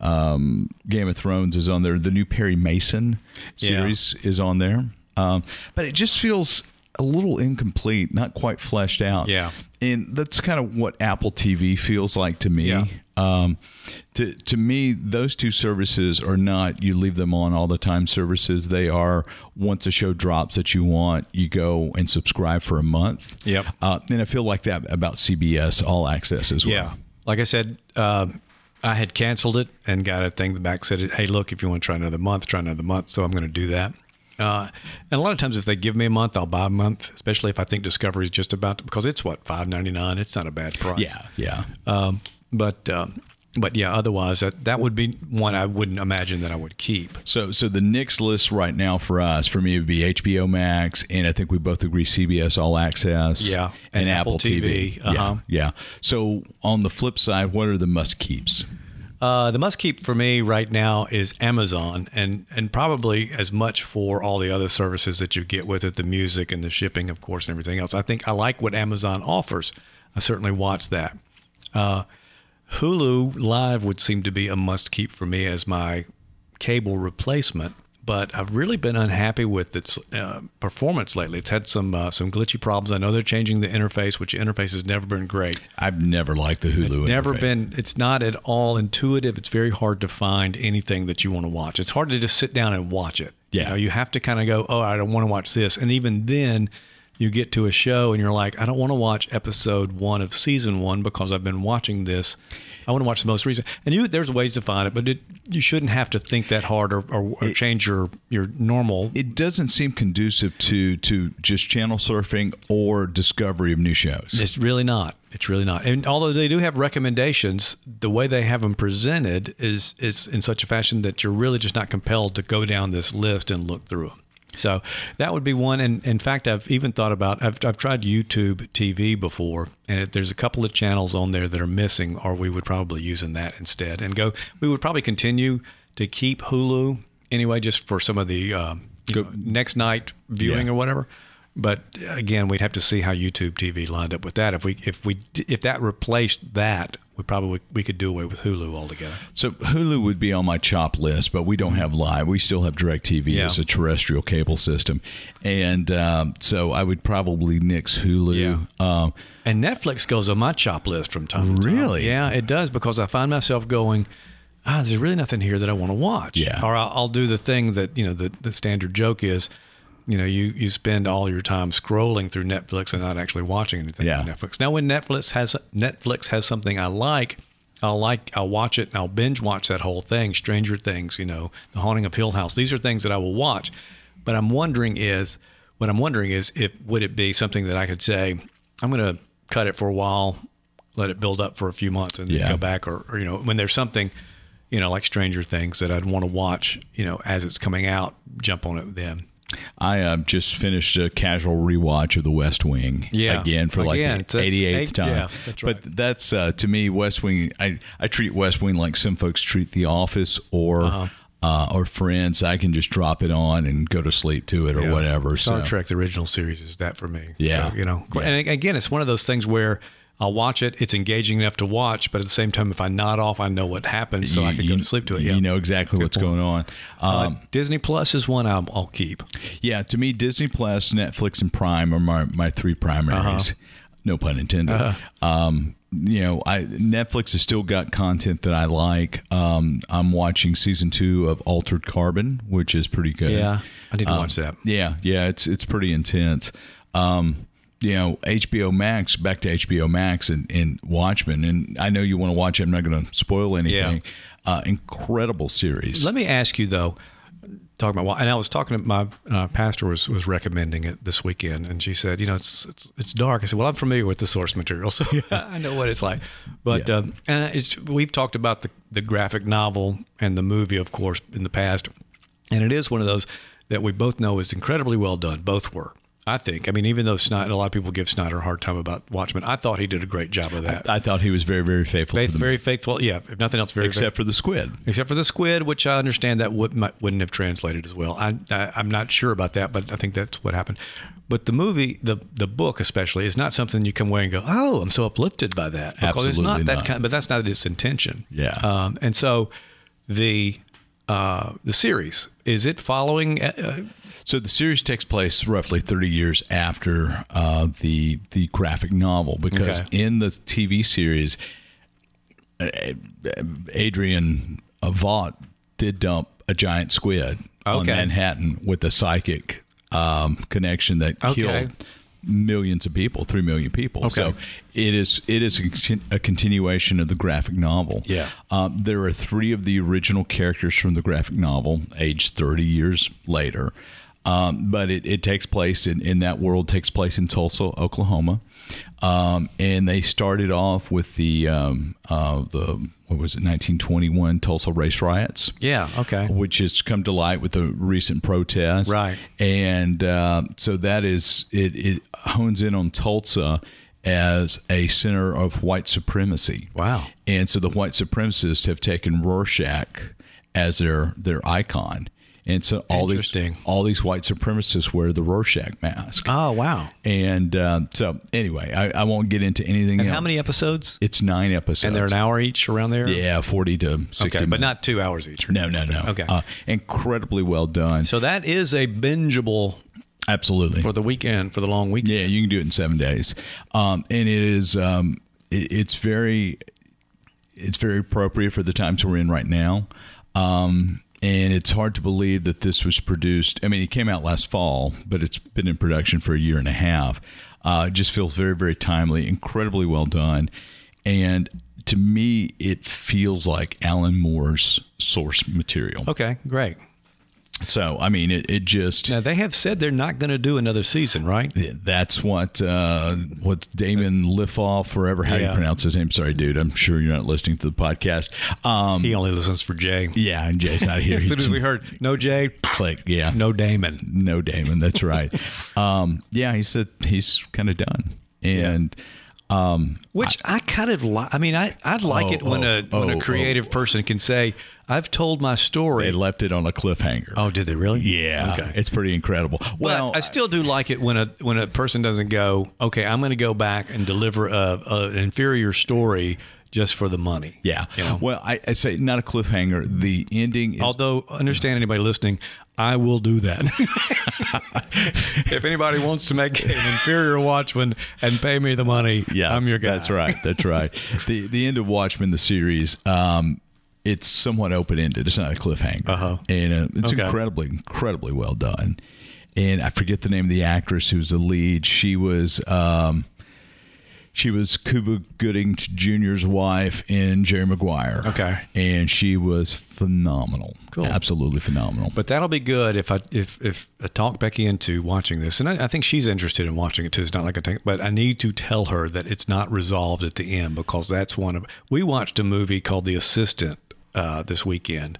Speaker 2: Um, Game of Thrones is on there. The new Perry Mason series is on there. Um, but it just feels a little incomplete, not quite fleshed out.
Speaker 3: Yeah.
Speaker 2: And that's kind of what Apple TV feels like to me.
Speaker 3: Yeah.
Speaker 2: Um, to, to me, those two services are not you leave them on all the time services. They are once a show drops that you want, you go and subscribe for a month.
Speaker 3: Yep.
Speaker 2: Uh, and I feel like that about CBS All Access as well.
Speaker 3: Yeah. Like I said, um, I had canceled it and got a thing back said, hey, look, if you want to try another month, try another month. So I'm going to do that. Uh, and a lot of times, if they give me a month, I'll buy a month, especially if I think Discovery is just about to, because it's what, five ninety nine. It's not a bad price.
Speaker 2: Yeah. Yeah.
Speaker 3: Um, but, um, but yeah, otherwise, that, that would be one I wouldn't imagine that I would keep.
Speaker 2: So, so the next list right now for us, for me, would be HBO Max, and I think we both agree CBS All Access,
Speaker 3: Yeah,
Speaker 2: and,
Speaker 3: and
Speaker 2: Apple,
Speaker 3: Apple
Speaker 2: TV,
Speaker 3: TV, uh-huh.
Speaker 2: yeah, yeah. So, on the flip side, what are the must keeps?
Speaker 3: Uh, the must keep for me right now is Amazon, and and probably as much for all the other services that you get with it, the music and the shipping, of course, and everything else. I think I like what Amazon offers. I certainly watch that. Uh, Hulu Live would seem to be a must keep for me as my cable replacement, but I've really been unhappy with its uh, performance lately. It's had some uh, some glitchy problems. I know they're changing the interface, which interface has never been great.
Speaker 2: I've never liked the Hulu.
Speaker 3: It's never
Speaker 2: interface.
Speaker 3: been. It's not at all intuitive. It's very hard to find anything that you want to watch. It's hard to just sit down and watch it.
Speaker 2: Yeah.
Speaker 3: you, know, you have to kind of go, oh, I don't want to watch this, and even then, you get to a show and you're like, I don't want to watch episode one of season one because I've been watching this. I want to watch the most recent. And you, there's ways to find it, but it, you shouldn't have to think that hard or, or, or change your your normal.
Speaker 2: It doesn't seem conducive to to just channel surfing or discovery of new shows.
Speaker 3: It's really not. It's really not. And although they do have recommendations, the way they have them presented is is in such a fashion that you're really just not compelled to go down this list and look through them. So that would be one. And in fact, I've even thought about I've I've tried YouTube TV before, and it, there's a couple of channels on there that are missing, or we would probably using that instead, and go. We would probably continue to keep Hulu anyway, just for some of the um, you know, next night viewing
Speaker 2: Yeah.
Speaker 3: or whatever. But again, we'd have to see how YouTube TV lined up with that. If we if we if that replaced that, we probably we could do away with Hulu altogether.
Speaker 2: So Hulu would be on my chop list, but we don't have live. We still have DirecTV
Speaker 3: Yeah.
Speaker 2: as a terrestrial cable system, and um, so I would probably nix Hulu. Um,
Speaker 3: And Netflix goes on my chop list from time to time.
Speaker 2: Really?
Speaker 3: Yeah, it does because I find myself going, ah, there's really nothing here that I want to watch.
Speaker 2: Yeah.
Speaker 3: Or I'll, I'll do the thing that you know the the standard joke is. you know, you, you spend all your time scrolling through Netflix and not actually watching anything
Speaker 2: Yeah.
Speaker 3: on Netflix. Now, when Netflix has Netflix has something I like, I'll like I'll watch it and I'll binge watch that whole thing. Stranger Things, you know, The Haunting of Hill House. These are things that I will watch. But I'm wondering is what I'm wondering is if would it be something that I could say I'm going to cut it for a while, let it build up for a few months, and then
Speaker 2: Yeah.
Speaker 3: go back, or, or you know, when there's something. You know, like Stranger Things that I'd want to watch, you know, as it's coming out, jump on it then.
Speaker 2: I uh, just finished a casual rewatch of The West Wing
Speaker 3: Yeah.
Speaker 2: again for like
Speaker 3: Again,
Speaker 2: the
Speaker 3: that's
Speaker 2: 88th
Speaker 3: eight-
Speaker 2: time.
Speaker 3: yeah, that's right.
Speaker 2: But that's uh, to me West Wing. I, I treat West Wing like some folks treat The Office or
Speaker 3: Uh-huh.
Speaker 2: uh or Friends. I can just drop it on and go to sleep to it or
Speaker 3: Yeah.
Speaker 2: whatever. so
Speaker 3: Star Trek, the original series, is that for me.
Speaker 2: Yeah.
Speaker 3: So, you know,
Speaker 2: Yeah.
Speaker 3: and again, it's one of those things where I'll watch it. It's engaging enough to watch, but at the same time, if I nod off, I know what happens, so I can go to sleep to it. Yeah.
Speaker 2: You know exactly what's going on.
Speaker 3: Uh,
Speaker 2: Um,
Speaker 3: Disney Plus is one I'll, I'll keep.
Speaker 2: Yeah, to me, Disney Plus, Netflix, and Prime are my, my three primaries.
Speaker 3: Uh-huh.
Speaker 2: No pun intended. Um, you know, I Netflix has still got content that I like. Um, I'm watching season two of Altered Carbon, which is pretty good.
Speaker 3: I need to watch
Speaker 2: Um,
Speaker 3: that.
Speaker 2: Yeah, yeah, it's it's pretty intense. Um, you know, HBO Max, back to HBO Max and, and Watchmen, and I know you want to watch it. I'm not going to spoil anything. Uh, incredible series.
Speaker 3: Let me ask you though, talking about and I was talking to my uh, pastor was was recommending it this weekend, and she said, you know, it's it's, it's dark. I said, well, I'm familiar with the source material, so I know what it's like. But
Speaker 2: Yeah.
Speaker 3: um, and it's, we've talked about the the graphic novel and the movie, of course, in the past, and it is one of those that we both know is incredibly well done. Both were. I think. I mean, even though Snyder, a lot of people give Snyder a hard time about Watchmen, I thought he did a great job of that.
Speaker 2: I thought he was very, very faithful
Speaker 3: Faith,
Speaker 2: to the
Speaker 3: very faithful. Yeah. If nothing else, very
Speaker 2: except for the squid.
Speaker 3: except for the squid, which I understand that would, might, wouldn't have translated as well. I, I I'm not sure about that, but I think that's what happened. But the movie, the the book especially, is not something you come away and go, "Oh, I'm so uplifted by that," because it's
Speaker 2: Absolutely
Speaker 3: not that
Speaker 2: not.
Speaker 3: kind. But that's not its intention.
Speaker 2: Yeah.
Speaker 3: Um, and so the uh, the series is it following? Uh,
Speaker 2: So the series takes place roughly 30 years after uh, the the graphic novel because
Speaker 3: Okay.
Speaker 2: in the TV series, A- A- Adrian Avant did dump a giant squid on
Speaker 3: Okay.
Speaker 2: Manhattan with a psychic um, connection that
Speaker 3: Okay.
Speaker 2: killed millions of people, three million people. So it is it is a, contin- a continuation of the graphic novel.
Speaker 3: Yeah.
Speaker 2: Um, there are three of the original characters from the graphic novel, aged 30 years later. Um, but it, it takes place in, in that world, takes place in Tulsa, Oklahoma. Um, and they started off with the, um, uh, the what was it, 1921 Tulsa race riots
Speaker 3: yeah. Okay.
Speaker 2: which has come to light with the recent protests.
Speaker 3: Right.
Speaker 2: And uh, so that is, it, it hones in on Tulsa as a center of white supremacy.
Speaker 3: Wow.
Speaker 2: And so the white supremacists have taken Rorschach as their, their icon. And so all these,
Speaker 3: Interesting.
Speaker 2: all these white supremacists wear the Rorschach mask.
Speaker 3: Oh wow.
Speaker 2: and uh, so anyway, I, I won't get into anything
Speaker 3: And
Speaker 2: else.
Speaker 3: how many episodes?
Speaker 2: It's nine episodes.
Speaker 3: And they're an hour each around there.
Speaker 2: Yeah, 40 to 60
Speaker 3: Okay, but
Speaker 2: minutes.
Speaker 3: not two hours each.
Speaker 2: No, no, no.
Speaker 3: Okay.
Speaker 2: Uh, incredibly well done.
Speaker 3: So that is a bingeable
Speaker 2: Absolutely.
Speaker 3: for the weekend, for the long weekend.
Speaker 2: Yeah, you can do it in seven days, um, and it is um, it, it's very it's very appropriate for the times we're in right now. Um, and it's hard to believe that this was produced. I mean, it came out last fall, but it's been in production for a year and a half. Uh, it just feels very, very timely, incredibly well done. And to me, it feels like Alan Moore's source material.
Speaker 3: Okay, great.
Speaker 2: So, I mean, it, it just.
Speaker 3: Now they have said they're not going to do another season, right?
Speaker 2: That's what uh, what Damon Liffoff, forever how
Speaker 3: Yeah.
Speaker 2: you pronounce his name. Sorry, dude. I'm sure you're not listening to the podcast. Um,
Speaker 3: He only listens for Jay.
Speaker 2: yeah, and Jay's not here.
Speaker 3: As soon
Speaker 2: He
Speaker 3: as we heard no Jay,
Speaker 2: click. Yeah, no,
Speaker 3: no Damon.
Speaker 2: no, Damon. That's right. um, yeah, he said he's kind of done, and
Speaker 3: Which I, kind of like. I mean, I I'd like
Speaker 2: Oh,
Speaker 3: it when a
Speaker 2: oh,
Speaker 3: when
Speaker 2: oh,
Speaker 3: a creative person can say, "I've told my
Speaker 2: they
Speaker 3: story."
Speaker 2: left it on a cliffhanger.
Speaker 3: oh, did they really?
Speaker 2: yeah,
Speaker 3: Okay.
Speaker 2: it's pretty incredible. well,
Speaker 3: but I still do like it when a when a person doesn't go, "Okay, I'm going to go back and deliver a, a an inferior story just for the money."
Speaker 2: yeah.
Speaker 3: You know?
Speaker 2: Well, I, I say not a cliffhanger. The ending is
Speaker 3: Although, understand anybody listening, I will do that. if anybody wants to make an inferior Watchman and pay me the money,
Speaker 2: Yeah,
Speaker 3: I'm your guy.
Speaker 2: That's right. That's right. the The end of Watchmen, the series, um, it's somewhat open ended. It's not a cliffhanger,
Speaker 3: Uh-huh.
Speaker 2: and uh, it's
Speaker 3: Okay.
Speaker 2: incredibly, incredibly well done. and I forget the name of the actress who's the lead. She was um, she was Cuba Gooding Jr.'s wife in Jerry Maguire.
Speaker 3: Okay.
Speaker 2: and she was phenomenal.
Speaker 3: Cool.
Speaker 2: absolutely phenomenal.
Speaker 3: But that'll be good if I if if I talk Becky into watching this, and I, I think she's interested in watching it too. It's not like I think, but I need to tell her that it's not resolved at the end because that's one of. We watched a movie called The Assistant uh, this weekend,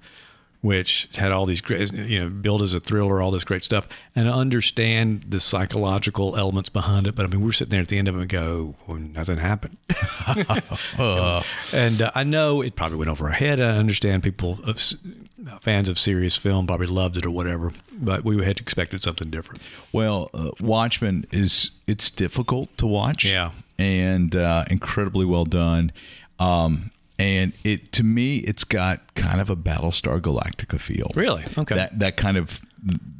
Speaker 3: which had all these great, you know, billed as a thriller, all this great stuff, and I understand the psychological elements behind it. But I mean, we're sitting there at the end of it and go, well, nothing happened. And uh, I know it probably went over our head. I understand people, of, s- fans of serious film, probably loved it or whatever, but we had expected something different.
Speaker 2: Well, uh, Watchmen is it's difficult to watch.
Speaker 3: Yeah.
Speaker 2: and uh, incredibly well done. Um, and it to me, it's got kind of a Battlestar Galactica feel.
Speaker 3: Really? Okay.
Speaker 2: That that kind of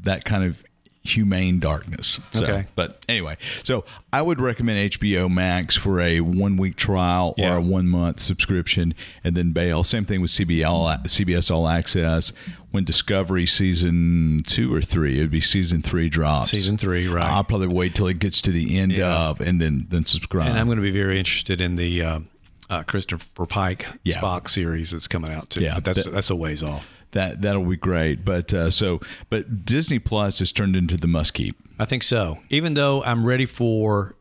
Speaker 2: that kind of humane darkness. So,
Speaker 3: Okay.
Speaker 2: But anyway, so I would recommend HBO Max for a one week trial or
Speaker 3: Yeah.
Speaker 2: a one month subscription, and then bail. Same thing with CBL, CBS All Access. When Discovery season two or three, it'd be season three drops.
Speaker 3: Season three, right.
Speaker 2: I'll probably wait till it gets to the end
Speaker 3: Yeah.
Speaker 2: of, and then then subscribe.
Speaker 3: and I'm going to be very interested in the uh, uh, Christopher Pike
Speaker 2: Yeah.
Speaker 3: Spock series that's coming out too.
Speaker 2: Yeah,
Speaker 3: but that's
Speaker 2: that-
Speaker 3: that's a ways off.
Speaker 2: that that'll be great. But uh, so, but Disney Plus has turned into the must keep.
Speaker 3: I think so. Even though I'm ready for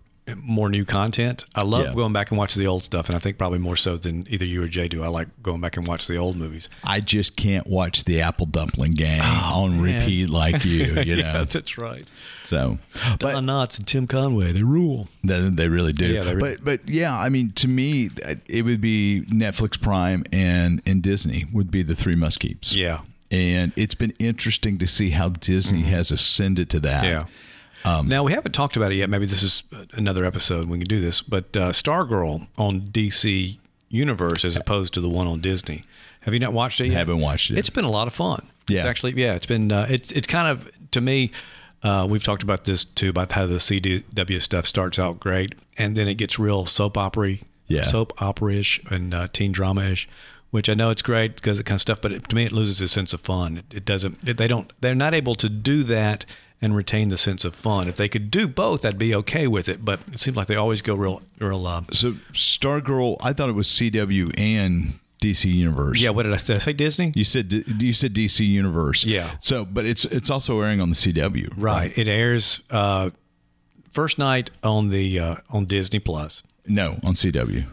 Speaker 3: more new content, I love
Speaker 2: Yeah.
Speaker 3: going back and watching the old stuff, and I think probably more so than either you or Jay do. I like going back and watch the old movies.
Speaker 2: I just can't watch the Apple Dumpling Gang on
Speaker 3: Oh, man.
Speaker 2: repeat like you, you know.
Speaker 3: that's right.
Speaker 2: so,
Speaker 3: Don
Speaker 2: but
Speaker 3: Knotts and Tim Conway, they rule.
Speaker 2: they, they really do.
Speaker 3: Yeah, they really-
Speaker 2: but but yeah, I mean, to me, it would be Netflix Prime and and Disney would be the three must keeps.
Speaker 3: Yeah. Mm-hmm.
Speaker 2: and it's been interesting to see how Disney has ascended to that.
Speaker 3: Yeah. Um, now we haven't talked about it yet. Maybe this is uh, another episode we can do this. But uh, Stargirl on DC Universe as opposed to the one on Disney. Have you not watched it? yet?
Speaker 2: Haven't watched it.
Speaker 3: It's been a lot of fun.
Speaker 2: Yeah.
Speaker 3: It's actually yeah. It's been uh, it's it's kind of to me. Uh, we've talked about this too about how the CW stuff starts out great and then it gets real soap opera,
Speaker 2: Yeah.
Speaker 3: soap opera ish and uh, teen drama ish, which I know it's great because it kind of stuff. But it, to me, it loses its sense of fun. It, it doesn't. It, they don't. They're not able to do that and retain the sense of fun. If they could do both, I'd be okay with it. But it seems like they always go real, real. Uh,
Speaker 2: So Stargirl, I thought it was CW and DC Universe.
Speaker 3: yeah. What did I say? Did I say Disney?
Speaker 2: You said D- you said DC Universe.
Speaker 3: Yeah.
Speaker 2: So, but it's it's also airing on the CW.
Speaker 3: Right. It airs uh, first night on the uh, on Disney Plus.
Speaker 2: No, on CW.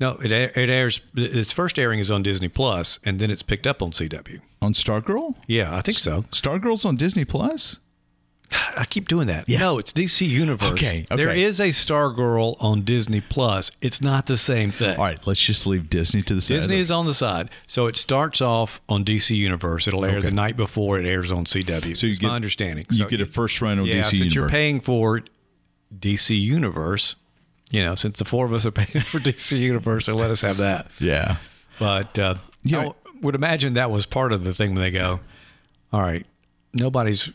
Speaker 3: No, it air- it airs. Its first airing is on Disney Plus, and then it's picked up on CW.
Speaker 2: On Stargirl?
Speaker 3: Yeah, I think so.
Speaker 2: Stargirl's on Disney Plus?
Speaker 3: I keep doing that. No, it's DC Universe.
Speaker 2: Okay, okay.
Speaker 3: There is a Stargirl on Disney Plus. It's not the same thing.
Speaker 2: All right, let's just leave Disney to the side.
Speaker 3: Disney is on the side, so it starts off on DC Universe. It'll air the night before it airs on CW.
Speaker 2: So
Speaker 3: So
Speaker 2: you
Speaker 3: it's
Speaker 2: get-
Speaker 3: my understanding.
Speaker 2: you
Speaker 3: So
Speaker 2: get a first run on
Speaker 3: yeah,
Speaker 2: DC
Speaker 3: since you're
Speaker 2: Universe.
Speaker 3: paying for DC Universe, you know, since the four of us are paying for DC Universe, so let us have that.
Speaker 2: yeah.
Speaker 3: But uh,
Speaker 2: Yeah.
Speaker 3: I w- would imagine that was part of the thing when they go, all right, nobody's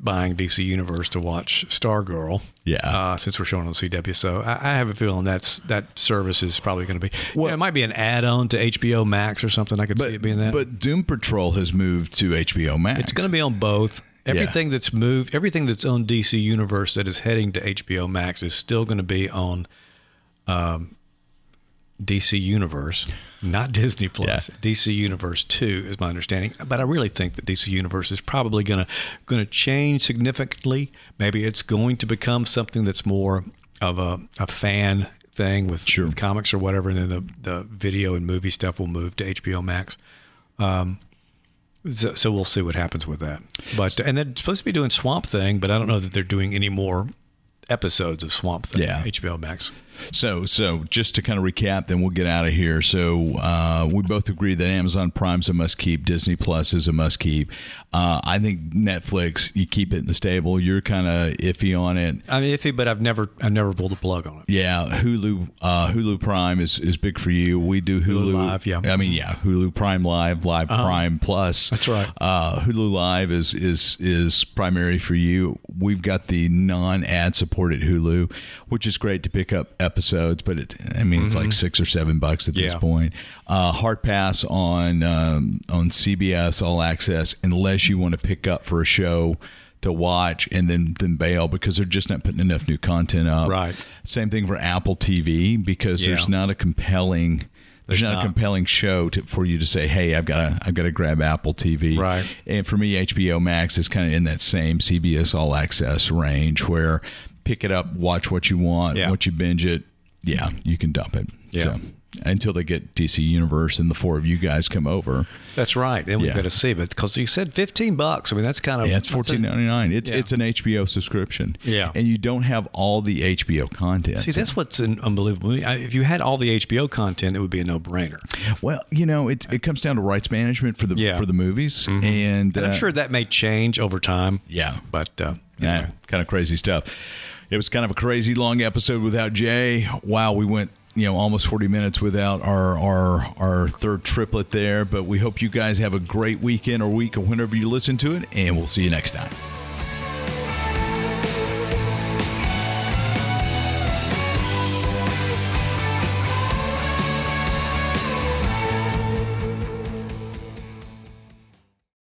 Speaker 3: buying DC Universe to watch Stargirl.
Speaker 2: Yeah.
Speaker 3: Uh, since we're showing on CW, so I, I have a feeling that's that service is probably going to be. Well, it might be an add-on to HBO Max or something. I could see it being that.
Speaker 2: But Doom Patrol has moved to HBO Max.
Speaker 3: It's going to be on both. Everything that's moved, everything that's on DC Universe that is heading to HBO Max is still going to be on um, DC Universe, not Disney Plus.
Speaker 2: Yeah.
Speaker 3: DC Universe Two is my understanding, but I really think that DC Universe is probably going to going to change significantly. Maybe it's going to become something that's more of a, a fan thing with, with comics or whatever, and then the the video and movie stuff will move to HBO Max. So, so we'll see what happens with that. But and they're supposed to be doing Swamp Thing, but I don't know that they're doing any more episodes of Swamp Thing.
Speaker 2: Yeah.
Speaker 3: HBO Max.
Speaker 2: So, so just to kind of recap, then we'll get out of here. So, uh, we both agree that Amazon Prime's a must keep. Disney Plus is a must keep. Uh, I think Netflix, you keep it in the stable. You're kind of iffy on it.
Speaker 3: I'm iffy, but I've never I've never pulled the plug on it.
Speaker 2: Yeah, Hulu, uh, Hulu Prime is, is big for you. We do Hulu,
Speaker 3: Live, yeah. Uh-huh.
Speaker 2: I mean, yeah, Hulu Prime Live, Live Prime Plus.
Speaker 3: That's right.
Speaker 2: Uh, Hulu Live is is is primary for you. We've got the non ad supported Hulu, which is great to pick up episodes, but it, I mean, it's like six or seven bucks at this
Speaker 3: Mm-hmm. Yeah.
Speaker 2: point. Uh, hard pass on um, on CBS All Access unless you want to pick up for a show to watch and then then bail because they're just not putting enough new content up.
Speaker 3: Right.
Speaker 2: Same thing for Apple TV because
Speaker 3: Yeah.
Speaker 2: there's not a compelling there's, not,
Speaker 3: not.
Speaker 2: a compelling show to, for you to say, "Hey, I've got to, I've got to grab Apple TV."
Speaker 3: Right.
Speaker 2: And for me, HBO Max is kind of in that same CBS All Access range where pick it up, watch what you want,
Speaker 3: Yeah.
Speaker 2: once you binge it, yeah, you can dump it.
Speaker 3: Yeah.
Speaker 2: until they get DC Universe and the four of you guys come over,
Speaker 3: That's right. Then we've
Speaker 2: Yeah.
Speaker 3: got to save it because you said 15 bucks. I mean, that's kind of.
Speaker 2: yeah, it's
Speaker 3: that's a-
Speaker 2: fourteen ninety nine. It's
Speaker 3: Yeah.
Speaker 2: it's an HBO subscription.
Speaker 3: Yeah.
Speaker 2: and you don't have all the HBO content.
Speaker 3: See, that's what's an unbelievable. I- If you had all the HBO content, it would be a no brainer.
Speaker 2: well, you know, it it comes down to rights management for the
Speaker 3: Yeah. Mm-hmm.
Speaker 2: for the movies, and,
Speaker 3: And I'm
Speaker 2: uh,
Speaker 3: sure that may change over time.
Speaker 2: yeah,
Speaker 3: But uh,
Speaker 2: Yeah,
Speaker 3: anyway.
Speaker 2: kind of crazy stuff. It was kind of a crazy long episode without Jay. Wow, we went you know almost 40 minutes without our our our third triplet there. But we hope you guys have a great weekend or week or whenever you listen to it, and we'll see you next time.